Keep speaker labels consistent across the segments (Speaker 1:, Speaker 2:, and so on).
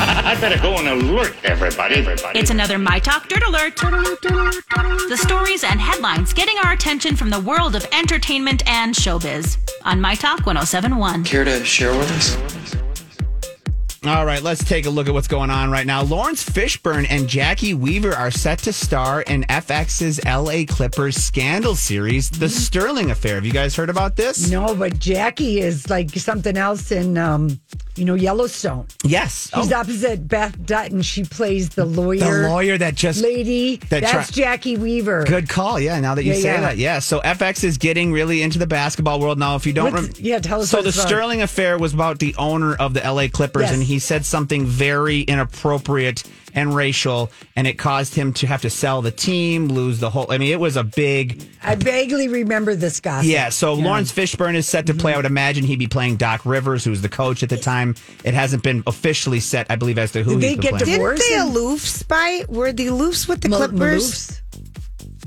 Speaker 1: I better go and alert everybody. Everybody.
Speaker 2: It's another My Talk Dirt Alert. The stories and headlines getting our attention from the world of entertainment and showbiz on My Talk 1071.
Speaker 3: Care to share with us?
Speaker 4: All right, let's take a look at what's going on right now. Lawrence Fishburne and Jackie Weaver are set to star in FX's LA Clippers scandal series, The Sterling Affair. Have you guys heard about this?
Speaker 5: No, but Jackie is like something else in, um, you know, Yellowstone.
Speaker 4: Yes.
Speaker 5: She's
Speaker 4: Oh,
Speaker 5: opposite Beth Dutton. She plays the lawyer.
Speaker 4: the lawyer that just
Speaker 5: lady.
Speaker 4: that
Speaker 5: That's
Speaker 4: tri-
Speaker 5: Jackie Weaver.
Speaker 4: Good call. Yeah, now that you
Speaker 5: Yeah,
Speaker 4: say
Speaker 5: yeah.
Speaker 4: that. Yeah, so FX is getting really into the basketball world now. If you don't
Speaker 5: What's-
Speaker 4: remember.
Speaker 5: yeah, tell us
Speaker 4: So
Speaker 5: what
Speaker 4: the
Speaker 5: it's about.
Speaker 4: Sterling affair was about the owner of the LA Clippers,
Speaker 5: Yes.
Speaker 4: and he said something very inappropriate and racial, and it caused him to have to sell the team, lose the whole. I mean, it was a big.
Speaker 5: I vaguely remember this gossip.
Speaker 4: Yeah, so Lawrence Fishburne is set to
Speaker 5: Mm-hmm.
Speaker 4: play. I would imagine he'd be playing Doc Rivers, who was the coach at the time. It hasn't been officially set, I believe, as to who
Speaker 5: Did
Speaker 4: he's
Speaker 5: they
Speaker 4: been
Speaker 5: get
Speaker 4: playing.
Speaker 5: divorced?
Speaker 6: Weren't
Speaker 5: Where's
Speaker 6: they
Speaker 5: the-
Speaker 6: aloofs by? Were the aloofs with the
Speaker 5: Mal-
Speaker 6: Clippers?
Speaker 5: Maloofs?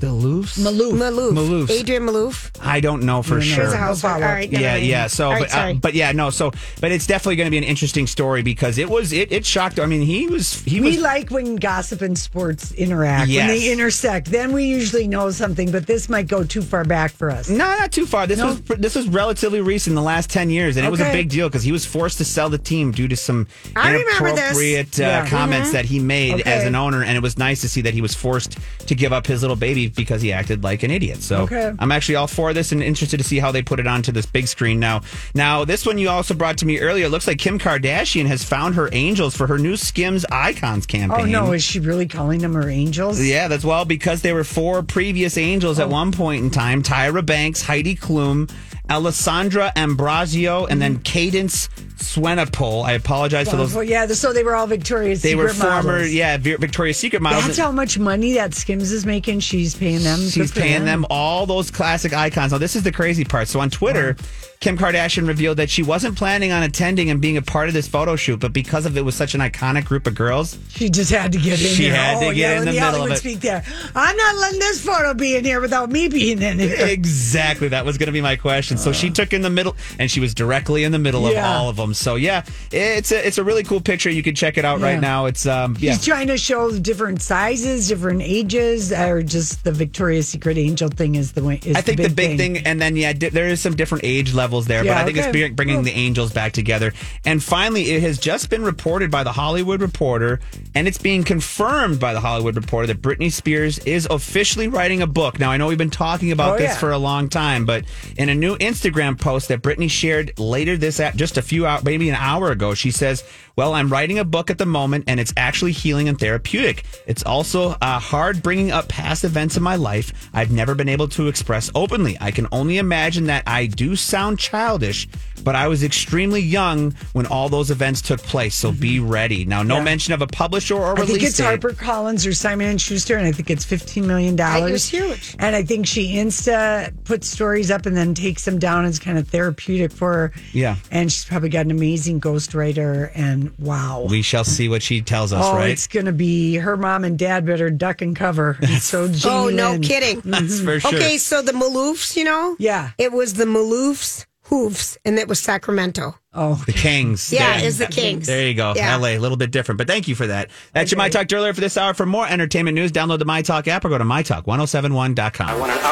Speaker 4: the Loofs?
Speaker 5: Maloof.
Speaker 6: Maloof.
Speaker 4: Maloofs.
Speaker 6: Adrian Maloof.
Speaker 4: I don't know for sure.
Speaker 6: He's a house
Speaker 5: Wow.
Speaker 6: All right, never
Speaker 4: yeah,
Speaker 6: mind.
Speaker 4: yeah. So,
Speaker 6: All right,
Speaker 4: but, uh,
Speaker 6: sorry.
Speaker 4: but yeah, no. So, but it's definitely going to be an interesting story because it was it, it shocked. I mean, he was he
Speaker 5: We
Speaker 4: was
Speaker 5: like when gossip and sports interact,
Speaker 4: Yes.
Speaker 5: when they intersect. Then we usually know something, but this might go too far back for us.
Speaker 4: no, not too far. This was this was relatively recent, the last ten years, and it was a
Speaker 5: Okay.
Speaker 4: big deal because he was forced to sell the team due to some
Speaker 6: I remember this.
Speaker 4: inappropriate uh,
Speaker 5: Yeah. Mm-hmm.
Speaker 4: comments that he made as
Speaker 5: Okay.
Speaker 4: an owner, and it was nice to see that he was forced to give up his little baby because he acted like an idiot. So,
Speaker 5: Okay.
Speaker 4: I'm actually all for this and interested to see how they put it onto this big screen now. Now, this one you also brought to me earlier. It looks like Kim Kardashian has found her angels for her new Skims Icons
Speaker 5: Oh,
Speaker 4: campaign.
Speaker 5: no. Is she really calling them her angels?
Speaker 4: Yeah, that's well because there were four previous angels
Speaker 5: Oh.
Speaker 4: at one point in time: Tyra Banks, Heidi Klum, Alessandra Ambrosio, and
Speaker 5: Mm-hmm.
Speaker 4: then Cadence Swenopol. I apologize for
Speaker 5: Well,
Speaker 4: those.
Speaker 5: well, Oh, yeah, so they were all Victoria's
Speaker 4: They
Speaker 5: Secret
Speaker 4: were former,
Speaker 5: models.
Speaker 4: yeah, Vi- Victoria's Secret models.
Speaker 5: That's how much money that Skims is making. She's paying them. Good
Speaker 4: She's
Speaker 5: for
Speaker 4: paying them all those classic icons. Now, this is the crazy part. So on Twitter, Kim Kardashian revealed that she wasn't planning on attending and being a part of this photo shoot, but because of it was such an iconic group of girls,
Speaker 5: She just had to get in
Speaker 4: She
Speaker 5: there.
Speaker 4: had to
Speaker 5: oh,
Speaker 4: get
Speaker 5: yeah,
Speaker 4: in
Speaker 5: with
Speaker 4: the
Speaker 5: the
Speaker 4: middle of
Speaker 5: Hollywood
Speaker 4: it.
Speaker 5: speak there. I'm not letting this photo be in here without me being in it.
Speaker 4: exactly that was going to be my question so she took in the middle and she was directly in the middle of
Speaker 5: Uh. Yeah.
Speaker 4: all of them so yeah it's a it's a really cool picture you can check it out right
Speaker 5: Yeah.
Speaker 4: now it's um yeah
Speaker 5: She's trying to show different sizes, different ages, or just the Victoria's Secret angel thing is the way. Is
Speaker 4: I think the big, thing. and then yeah, di- there is some different age levels there, but
Speaker 5: Yeah,
Speaker 4: I think it's
Speaker 5: okay.
Speaker 4: bring- bringing
Speaker 5: Cool.
Speaker 4: the angels back together. And finally, it has just been reported by the Hollywood Reporter, and it's being confirmed by the Hollywood Reporter that Britney Spears is officially writing a book. Now, I know we've been talking about
Speaker 5: Oh,
Speaker 4: this
Speaker 5: yeah.
Speaker 4: for a long time, but in a new Instagram post that Britney shared later this app, just a few hours, maybe an hour ago, she says, "Well, I'm writing a book at the moment, and it's actually healing and therapeutic. It's also uh, hard bringing up past events in my life I've never been able to express openly. I can only imagine that I do sound childish." But I was extremely young when all those events took place, so be ready. Now, no mention of a publisher or
Speaker 5: Mm-hmm. I
Speaker 4: release
Speaker 5: think it's
Speaker 4: date.
Speaker 5: Harper Collins or Simon and Schuster, and I think it's fifteen million dollars.
Speaker 6: was huge.
Speaker 5: and I think she insta puts stories up and then takes them down. It's kind of therapeutic for her.
Speaker 4: Yeah.
Speaker 5: and she's probably got an amazing ghostwriter. And wow,
Speaker 4: We shall see what she tells us,
Speaker 5: oh,
Speaker 4: right?
Speaker 5: it's gonna be her mom and dad better duck and cover. so Jamie
Speaker 6: Oh, no
Speaker 5: Lynn.
Speaker 6: kidding.
Speaker 4: That's for sure.
Speaker 6: Okay, so the Maloofs, you know?
Speaker 5: Yeah.
Speaker 6: It was the Maloofs hooves, and it was Sacramento.
Speaker 5: Oh,
Speaker 4: The Kings.
Speaker 6: Yeah,
Speaker 4: There-
Speaker 6: is the Kings.
Speaker 4: There you go.
Speaker 6: Yeah.
Speaker 4: LA, a little bit different, but thank you for that. That's oh your My Talk earlier for this hour. For more entertainment news, download the My Talk app or go to MyTalk1071.com.